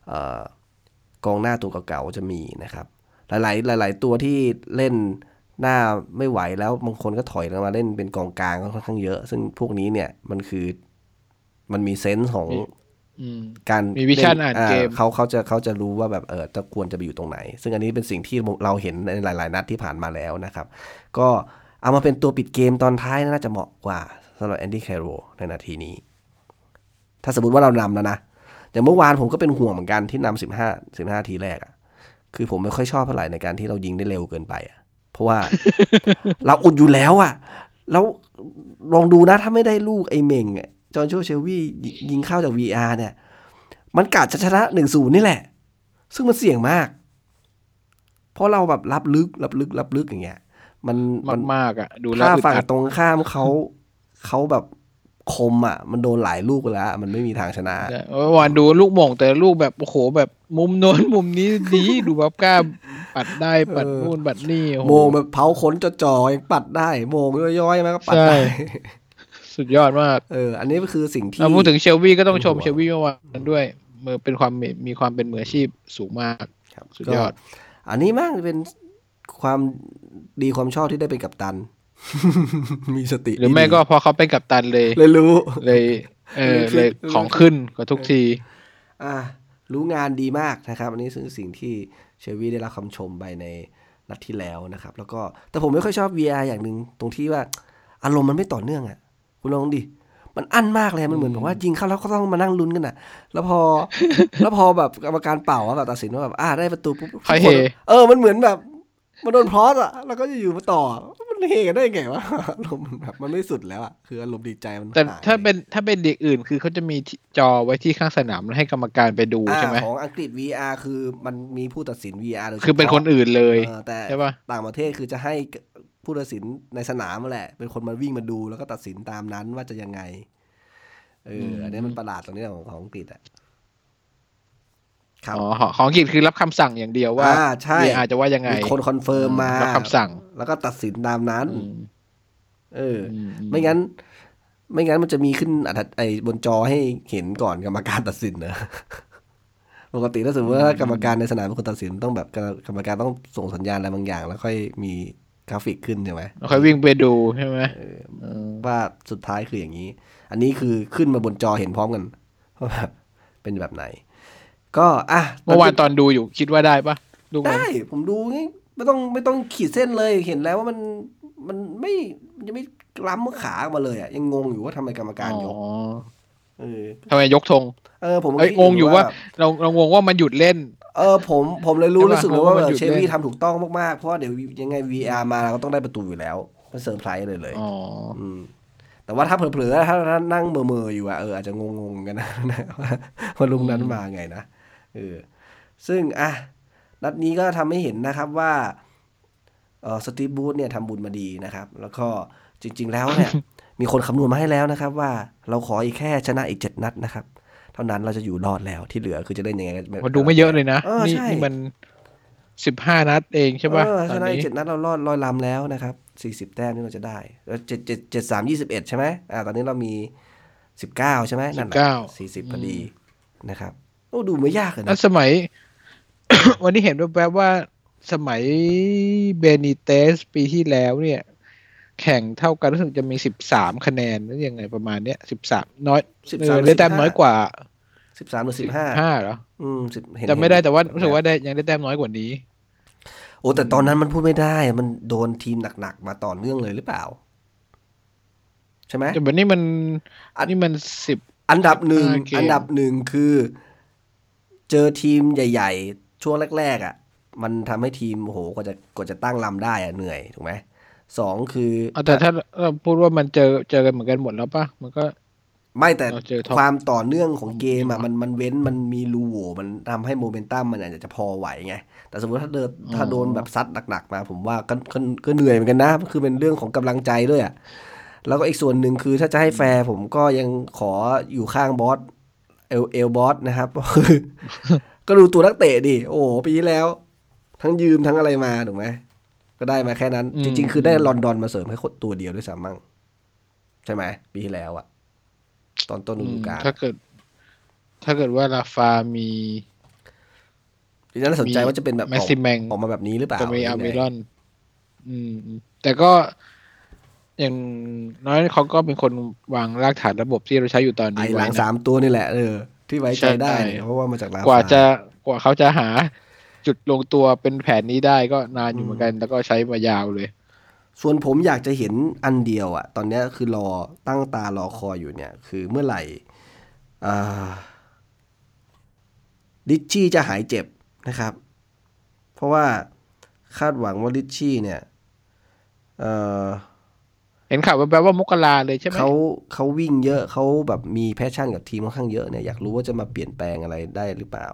เอ่อกองหน้าตัวเก่าๆจะมีนะครับ หลายๆ หลาย ๆ ตัวที่เล่นหน้าไม่ไหวแล้วบางคนก็ถอยลงมาเล่นเป็นกองกลางค่อนข้างเยอะ ซึ่งพวกนี้เนี่ยมันคือมันมีเซนส์ของ มี อืม การ มี vision ล่ อ่านเกม เขาเขาจะเขาจะรู้ว่าแบบเออจะควรจะไปอยู่ตรงไหน ซึ่งอันนี้เป็นสิ่งที่เราเห็นในหลาย ๆ นัดที่ผ่านมาแล้วนะครับ ก็เอามาเป็นตัวปิดเกมตอนท้ายน่าจะเหมาะกว่าสำหรับแอนดี้แคโรในนาทีนี้ ถ้าสมมติว่าเรานำแล้วนะแต่เมื่อวานผมก็เป็นห่วงเหมือนกันที่นำสิบห้าสิบห้าทีแรกอะคือผมไม่ค่อยชอบเท่าไหร่ในการที่เรายิงได้เร็วเกินไปอะเพราะว่า เราอุดอยู่แล้วอะแล้วลองดูนะถ้าไม่ได้ลูกไอ้เมงอะจอห์นโชเชลวี่ยิงเข้าจาก VR เนี่ย มันกาจะชนะหนึ่งศูนย์นี่แหละ ซึ่งมันเสี่ยงมาก เพราะเราแบบรับลึกรับลึกรับลึกอย่างเงี้ย มันมัน มากๆอ่ะ ดูแล้ว ถ้า อึด ฝั่ง อัด ตรงข้ามเขา [laughs] เขาแบบคมอ่ะ มันโดนหลายลูกไปแล้วอะมันไม่มีทางชนะ เมื่อวานดูลูกโมงแต่ลูกแบบโอ้โหแบบมุมโน้นมุมนี้ดี ดูแบบกล้าปัดได้ปัดนู่นปัดนี่อ้ห โมงแบบเผาขนจจ่อๆยังปัดได้ โมงย้อยๆมันก็ปัดได้ ใช่ สุดยอดมาก เออ อันนี้ก็คือสิ่งที่ เราพูดถึงเชลวี่ก็ต้องชม เป็นห่วง เชลวี่เมื่อวานด้วยมือเป็นความมีมีความเป็นมืออาชีพสูงมาก ครับ สุดยอด ก็อันนี้มากเป็นความดีความชอบที่ได้เป็นกัปตัน มีสติ หรือไม่ ดีๆ ก็พอเขาเป็นกัปตันเลย [laughs] เลยรู้ เลย เออ เล เลย ย ขึ้น ของขึ้นกว่าทุกที อ่ะรู้งานดีมากนะครับ อันนี้ซึ่งสิ่งที่เชลวีได้รับคำชมไปในนัดที่แล้วนะครับ แล้วก็แต่ผมไม่ค่อยชอบ VR อย่างหนึ่งตรงที่ว่า อารมณ์มันไม่ต่อเนื่องอะ่ะ คุณลองดิ มันอั้นมากเลยมันเหมือนแบบว่ายิงเข้าแล้วก็ต้องมานั่งลุ้นกันอ่ะ แล้ว [laughs] พอ แล้วพอแบบกรรมการเป่าอะแบบตัดสินว่าแบบอ่าได้ประตูปุ๊บทุก ใคร ค เฮ นเออมันเหมือนแบบมันโดนพรอสอ่ะแล้วก็อยู่ๆมาต่อ มันเฮกันได้ไงวะ [laughs] อารมณ์มันแบบมันไม่สุดแล้วอ่ะคืออารมณ์ดีใจมัน แต่ หย ถ้าเป็นถ้าเป็นเด็กอื่นคือเขาจะมีที่จอไว้ที่ข้างสนามแล้วให้กรรมการไปดู อ่า ใช่ไหม ของอังกฤษ VR คือมันมีผู้ตัดสิน VR โดยฉพาะ คือเป็นคนอื่นเลย เออแต่ ใช่ปะ ต่างประเทศคือจะให้ผู้ตัดสินในสนามนั่นแหละ เป็นคนมาวิ่งมาดูแล้วก็ตัดสินตามนั้นว่าจะยังไง เอออันนี้มันประหลาดตรงนี้ของของอังกฤษอ่ะ ครับ อ๋อของของอังกฤษคือรับคำสั่งอย่างเดียวว่า อ่ใช่ เออาจจะว่ายังไง มีคนคอนเฟิร์มมา รับคำสั่ง แล้วก็ตัดสินตามนั้น อืม เอออ อื ไม่งั้น ไม่งั้นมันจะมีขึ้นอันไอบนจอให้เห็นก่อนกรรมการตัดสินนะ [laughs] ปกติถ้าสมมติว่ากรรมการในสนามเป็นคนตัดสินต้องแบบกรรมการต้องส่งสัญญาณอะไรบางอย่าง แล้วค่อยมีกราฟิกขึ้นใช่ไหม แล้วค่อยวิ่งไปดูใช่ไหม เออ เออ ว่าสุดท้ายคืออย่างนี้ อันนี้คือขึ้นมาบนจอเห็นพร้อมกัน [laughs] ว่าแบบเป็นแบบไหน ก็อ่ะ เมื่อวานตอนดูอยู่คิดว่าได้ปะลูกนั้น ได้ ผมดูงี้ไม่ต้องไม่ต้องขีดเส้นเลยเห็นแล้วว่ามันมันไม่มันยังไม่ล้ำขาออกมาเลยอ่ะยังงงอยู่ว่าทำไมกรรมการยก อ๋อ เออ ทำไมยกธง เออผมก็ เอ้ย คิด งงอยู่ว่าเราเรางงว่ามันหยุดเล่น เออผมผมเลยรู้ ใช่ปะ รู้สึกเลย เพ ว่า ราะว่ามันหยุด เชฟวี่ เล่น ทำถูกต้องมากๆ เพราะว่าเดี๋ยวยังไง VR มาเราก็ต้องได้ประตูอยู่แล้วมันเซอร์ไพรส์เลยเลย อ๋อ มแต่ว่าถ้าเผลอๆถ้าถ้านั่งเมอๆอยู่อะเอออาจจะงงๆกันนะ [laughs] ว่าว่าลุงนั้นมาไงนะเออซึ่งอ่ะนัดนี้ก็ทำให้เห็นนะครับว่าเออสตีฟบูธเนี่ยทำบุญมาดีนะครับ แล้วก็จริง ๆ แล้วเนี่ย [coughs] มีคนคำนวณมาให้แล้วนะครับ ว่าเราขออีกแค่ชนะอีกเจ็ดนัดนะครับ เท่านั้นเราจะอยู่รอดแล้วที่เหลือคือจะเล่นยังไงก็ มันดูไม่เยอะเลยนะ เออ นี่ ใช่ นี่มันสิบห้านัดเองใช่ป่ะ เออชตอน นะอี นี้ กเจ็ดนัดเรารอดลอยลำแล้วนะครับสี่สิบแต้มนี่เราจะได้แล้วเจ็ดเจ็ดเจ็ดสามยี่สิบเอ็ดใช่ไหมอ่าตอนนี้เรามี สิบเก้าใช่ไหมนั่น 19 สี่สิบพอดีนะครับโอ้ดูไม่ยากเลย แล้ นะ วสมัย [coughs] วันนี้เห็นแวบๆว่าสมัยเบนิเตสปีที่แล้วเนี่ย แข่งเท่ากันรู้สึกจะมีสิบสามคะแนนหรือยังไงประมาณเนี้ยสิบสามน้อย สิบ เอ สาม อได้แต้มน้อยกว่า สิบสามหรือสิบห้า ห้าเหรอ อืมสิบเห็น จำไม่ได้ เห็น แต่ว่ารู้สึกว่าได้ยังได้แต้มน้อยกว่านี้ โอ้แต่ตอนนั้นมันพูดไม่ได้ มันโดนทีมหนักๆมาต่อเนื่องเลยหรือเปล่า ใช่ไหม แต่แบบนี้มัน อัน นี่มันสิบ อันดับหนึ่ง โอเค อันดับหนึ่งคือ เจอทีมใหญ่ ๆ ช่วงแรก ๆ อ่ะ มันทำให้ทีมโอ้โหกว่าจะกว่าจะตั้งลำได้อ่ะเหนื่อยถูกไหมสองคือ เอาแต่ถ้าเราพูดว่ามันเจอเจอกันเหมือนกันหมดแล้วป่ะ มันก็ ไม่แต่ เราเจอท็อป ความต่อเนื่องของเกมอ่ะมันมันเว้นมันมีรูโหว่มันทำให้โมเมนตัมมันอาจจะพอไหวไง แต่สมมติถ้าเดินถ้าโดนแบบซัดหนักๆมา ผมว่าก็ก็ก็เหนื่อยเหมือนกันนะ คือเป็นเรื่องของกำลังใจด้วยอ่ะแล้วก็อีกส่วนหนึ่งคือถ้าจะให้แฟร์ผมก็ยังขออยู่ข้างบอสเอลเอลบอสนะครับ [laughs] ก็ดูตัวนักเตะดิ โอ้โหปีที่แล้ว ทั้งยืมทั้งอะไรมาถูกไหมก็ได้มาแค่นั้น อืม จริง ๆ คือได้ลอนดอนมาเสริมให้คนตัวเดียวด้วยซ้ำมั่งใช่ไหมปีที่แล้วอะตอนต้นฤดูกาล ถ้าเกิด ถ้าเกิดว่าลาฟามี ทีนั้นน่าสนใจว่าจะเป็นแบบ แม อ ส อก ซิแมง ออกมาแบบนี้หรือเปล่า จะมีอาร์ ห เม รือ ร ไง อน อืมอืมแต่ก็อย่างน้อยเขาก็เป็นคนวางรากฐานระบบที่เราใช้อยู่ตอน ไอ้ นี้ หลัง ว้นะ สามตัวนี่แหละเออที่ไว้ใจได้ ใช่ เนี่ยเพราะว่ามาจากลาฟ กว่าจะกว่าเขาจะหา จุดลงตัวเป็นแผนนี้ได้ก็นานอยู่เหมือนกัน แล้วก็ใช้มายาวเลย ส่วนผมอยากจะเห็นอันเดียวอะตอนเนี้ยคือรอตั้งตารอคอยอยู่เนี่ย คือเมื่อไหร่อ่าลิชชี่จะหายเจ็บนะครับ เพราะว่าคาดหวังว่าลิชชี่เนี่ยเอ่อ เห็นข่าวแปลว่ามกราเลยใช่ไหม เขาเขาวิ่งเยอะเขาแบบมีแพชชั่นกับทีมค่อนข้างเยอะเนี่ยอยากรู้ว่าจะมาเปลี่ยนแปลงอะไรได้หรือเปล่า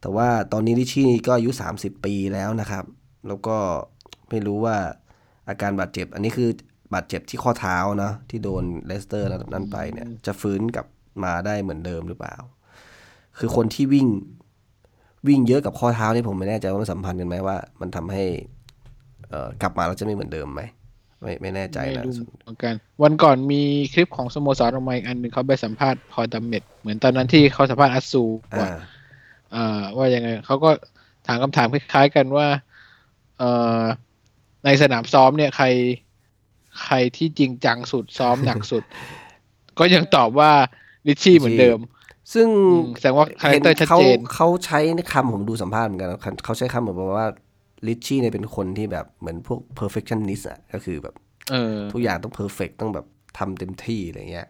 แต่ว่าตอนนี้ลิชชี่ก็อายุ 30 ปีแล้วนะครับ แล้วก็ไม่รู้ว่าอาการบาดเจ็บ อันนี้คือบาดเจ็บที่ข้อเท้านะที่โดนเลสเตอร์นั้นไปเนี่ย จะฟื้นกลับมาได้เหมือนเดิมหรือเปล่า คือคนที่วิ่งวิ่งเยอะกับข้อเท้านี่ผมไม่แน่ใจว่ามันสัมพันธ์กันไหมว่า มันทำให้เอ่อกลับมาแล้วจะไม่เหมือนเดิมไหมไม่ไม่แน่ใจ ไม่ นะ รู้เหมือนกัน วันก่อนมีคลิปของสโมสรออกมาอีกอันหนึ่งเขาไปสัมภาษณ์พอลดัมเมดเหมือนตอนนั้นที่เขาสัมภาษณ์อัสซูก่อน อ่า เอ่อว่ายังไงเขาก็ถามคำถามคล้ายๆกันว่าเอ่อในสนามซ้อมเนี่ยใครใครที่จริงจังสุดซ้อมหนัก [laughs] สุด ก็ยังตอบว่าลิชชี่เหมือนเดิม ซึ่ง อืมแสดงว่าคาแรคเตอร์ชัดเจน ห็ขาเขาใช้คำผมดูสัมภาษณ์เหมือนกันนะเขาใช้คำเหมือนแบบว่าลิชชี่เนี่ยเป็นคนที่แบบเหมือนพวก perfectionist อะก็คือแบบ เออ ทุกอย่างต้อง perfect ต้องแบบทำเต็มที่อะไรเงี้ย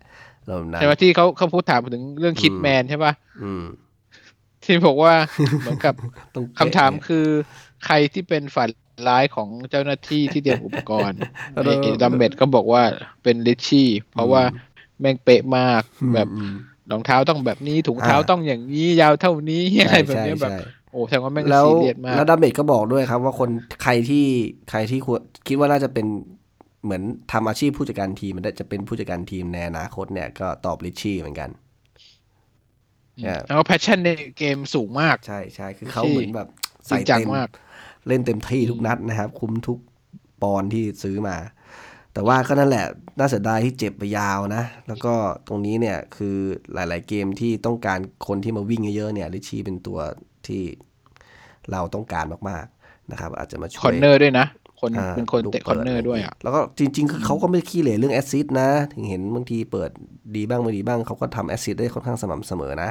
เราแบบนั้น ใช่ไหมที่เขาเขาพูดถามถึงเรื่องคิดแมนใช่ป่ะ อืม ที่บอก [laughs] ว่า เหมือนกับ ต้อง คำ เป๊ะ ถามคือ ใครที่เป็นฝันร้ายของเจ้าหน้าที่ที่เตรียมอุปก [laughs] รณ์ในดัมเมดก็บอกว่าเป็นลิชชี่ เพราะว่าแม่งเป๊ะมากแบบ อืม รองเท้าต้องแบบนี้ถุงเท้า อ่า ต้องอย่างนี้ยาวเท่านี้ [laughs] อะไรแบบ ใช่ เนี้ยแบบ ใช่ โอ้แสดงว่าแม่ง แล้ว ซีเรียสมาก แล้วดัมเบลก็บอกด้วยครับ ว่าคนใครที่ใครที่ควรคิดว่าน่าจะเป็นเหมือนทำอาชีพผู้จัดการทีมมันได้จะเป็นผู้จัดการทีมในอนาคตเนี่ยก็ตอบลิชชี่เหมือนกัน อืมแล้วก็แพชชั่นในเกมสูงมาก ใช่ใช่คือเขาเหมือนแบบ จริ ใส่ งจัง เต็ม มาก เล่นเต็มที่ทุกนัดนะครับ คุ้มทุกปอนด์ที่ซื้อมา แต่ว่าก็นั่นแหละ น่าเสียดายที่เจ็บไปยาวนะ แล้วก็ตรงนี้เนี่ยคือหลาย ๆ เกมที่ต้องการคนที่มาวิ่งเยอะๆเนี่ยลิชี่เป็นตัวที่เราต้องการมากๆนะครับ อาจจะมาช่ ค วย อนเนอร์ด้วยนะ คน อ่า เป็นคนลูเตะก คอนเนอร์ ปิ ด้วยอ่ะ แล้วก็จริง ๆ คือเขาก็ไม่ขี้เหร่เรื่องแอสซิสต์นะ ถึงเห็นบางทีเปิดดีบ้างไม่ดีบ้างเขาก็ทำแอสซิสต์ได้ค่อนข้างสม่ำเสมอนะ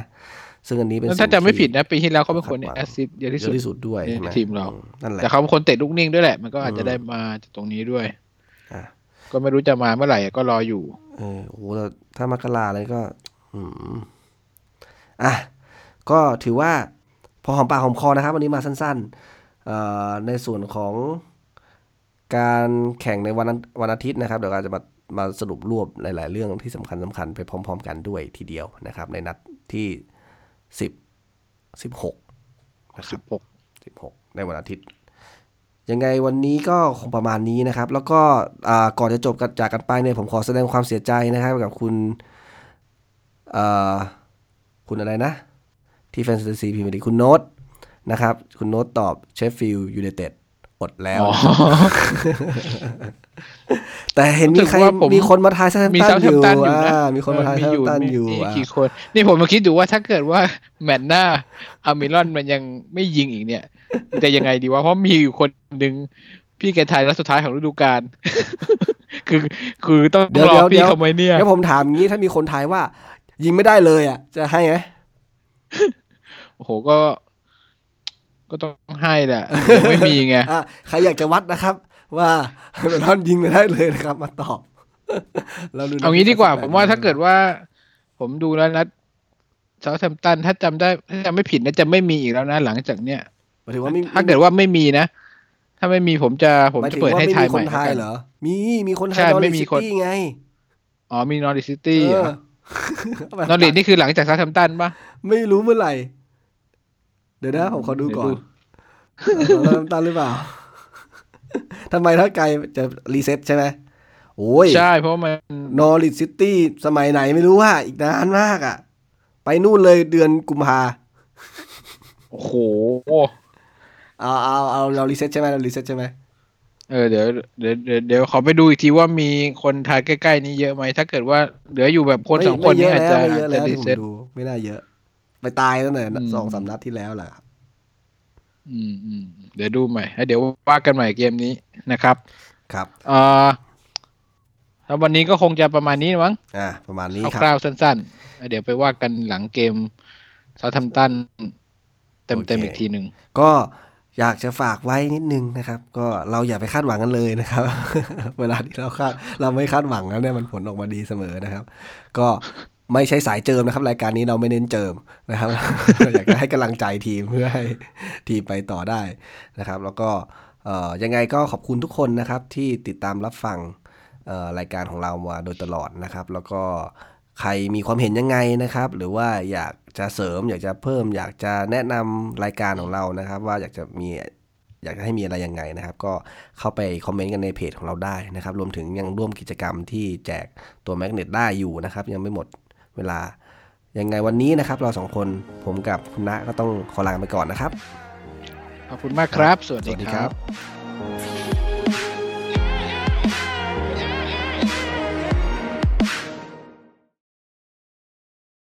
ซึ่งอันนี้เป็น ถ้า สิ่ง จะไม่ ที่ ผิดนะปีที่แล้วเขาเป็นคน คาดหวัง แอสซิสต์เยอะที่ เย สุด อะที่สุดด้วย ใน ใช่ไหม ทีมเรา อืนั่นแหละ แต่เขาเป็นคนเตะลูกนิ่งด้วยแหละ มันก็อาจจะ อืม ได้มาจากตรงนี้ด้วย อ่ะ ก็ไม่รู้จะมาเมื่อไหร่ก็รออยู่ เออโอ้โหแต่ถ้ามกราเลยก็ อืมอ่ะ ก็ถือว่า พอหอมปากหอมคอนะครับ วันนี้มาสั้นๆเอ่อในส่วนของการแข่งในวันนั้นวันอาทิตย์นะครับ เดี๋ยวเราจะมามาสรุปรวบหลาย ๆ เรื่องที่สำคัญสำคัญไปพร้อม ๆ กันด้วยทีเดียวนะครับ ในนัดที่สิบสิบหกนะครับ สิบหกในวันอาทิตย์ ยังไงวันนี้ก็คงประมาณนี้นะครับ แล้วก็อ่าก่อนจะจบกันจากกันไปเนี่ยผมขอแสดงความเสียใจนะครับกับคุณเอ่อคุณอะไรนะ ที่แฟนซีพีเมดีคุณโน้ตนะครับ คุณโน้ตตอบเชฟฟิลด์ยูไนเต็ดอดแล้ว อ๋อ แต่เห็นมีใคร รู้สึกว่าผม มีคนมาทายแซม [laughs] มี ตัน เซาอท์แฮม ยู่ ตันอยู่นะ อ่ามีคนมาทาย เออ แซมตัน มี อยู่ มี อ่ะ กี่คน นี่ผมมาคิดดูว่าถ้าเกิดว่า [laughs] แมตช์หน้าอามิรอนมันยังไม่ยิงอีกเนี่ย [laughs] จะยังไงดีวะเพราะมีอยู่คนหนึ่งพี่แกทายนัดสุดท้ายของฤดูกาล [laughs] คือคือต้อง เดี๋ยว รอ เดี๋ยว พี่ เดี๋ยว คอมไวเนี่ย แล้วผมถามงี้ถ้ามีคนทายว่า ยิงไม่ได้เลยอ่ะ จะให้ไหม โอ้โหก็ ก็ต้องให้แหละยังไม่มี [laughs] ไง อ่ะใครอยากจะวัดนะครับ ว่าเมลอนยิงไม่ได้เลยนะครับ มาตอบเราดู เอางี้ดีกว่า ผมว่าถ้าเกิดว่า ผมดูแล้วนัดเซาแซมตันถ้าจำได้ถ้าจำไม่ผิดนะจะไม่มีอีกแล้วนะหลังจากเนี้ย หมายถึงว่าไม่ ถ้าเกิดว่าไม่มีนะ ถ้าไม่มีผมจะผม หมาย จะ ถึง เปิด ว่า ให้ ไม่ ทาย มีคใหม่ น แล้ว ทาย กัน เหรอ มีมีคนทา ใช่ ยนอ ไม่ ริ มี ซิ คน ตี้ไง อ๋อมีนอริซิตี้ เออ นอรินี่คือหลังจากซาทัมตันปะ ไม่รู้เมื่อไหร่ เดี๋ยวนะ ผมขอดูก่อนเริ่มตันหรือเปล่า [laughs] ทำไมถ้าไกลจะรีเซ็ตใช่ไหมโอ้ย ใช่เพราะมัน นอริทซิตี้สมัยไหนไม่รู้ว่าอีกนานมากอ่ะ ไปนู่นเลยเดือนกุมภา โอ้โห เอาเอาเอาเรารีเซ็ตใช่ไหมเรารีเซ็ตใช่ไหม เออเดี๋ยวเดี๋ยวเดี๋ยวเดี๋ยวขอไปดูอีกทีว่ามีคนทายใกล้ๆนี้เยอะไหมถ้าเกิดว่าเหลืออยู่แบบคน ไม่ สองคน ไม่ นี่ เย อาจ อะ จะ แล้วไม่เยอะแล้วที่ผอาจจะดีม เซ็ต ดู ไม่น่าเยอะ ไปตายตั้งแต่ อืม สองสามนัดที่แล้วแหละครับ อืมอืมเดี๋ยวดูใหม่แล้วเดี๋ยวว่ากันใหม่เกมนี้นะครับ ครับ เอ่อแล้ววันนี้ก็คงจะประมาณนี้มั้ง อ่ะประมาณนี้ เอา ค ค รั ร่า บ วๆสั้นๆแล้วเดี๋ยวไปว่ากันหลังเกมเซาทำตันเต็มๆ โอเค อีกทีหนึ่ง ก็อยากจะฝากไว้นิดนึงนะครับ ก็เราอย่าไปคาดหวังกันเลยนะครับ [laughs] เวลาที่เราคาดเราไม่คาดหวังแล้วเนี่ยมันผลออกมาดีเสมอนะครับ ก็ไม่ใช่สายเจิมนะครับ รายการนี้เราไม่เน้นเจิมนะครับ [laughs] เราอยากจะให้กำลังใจทีมเพื่อให้ทีมไปต่อได้นะครับ แล้วก็เอ่อยังไงก็ขอบคุณทุกคนนะครับที่ติดตามรับฟังเอ่อรายการของเรามาโดยตลอดนะครับ แล้วก็ใครมีความเห็นยังไงนะครับ หรือว่าอยากจะเสริม อยากจะเพิ่ม อยากจะแนะนำรายการของเรานะครับ ว่าอยากจะมี อยากจะให้มีอะไรยังไงนะครับ ก็เข้าไปคอมเมนต์กันในเพจของเราได้นะครับ รวมถึงยังร่วมกิจกรรมที่แจกตัวแมกเนตได้อยู่นะครับ ยังไม่หมดเวลา ยังไงวันนี้นะครับ เราสองคนผมกับคุณณะก็ต้องขอลาไปก่อนนะครับ ขอบคุณมากครับ สวัส ส ดี วัสดี ค ค รั รับ บ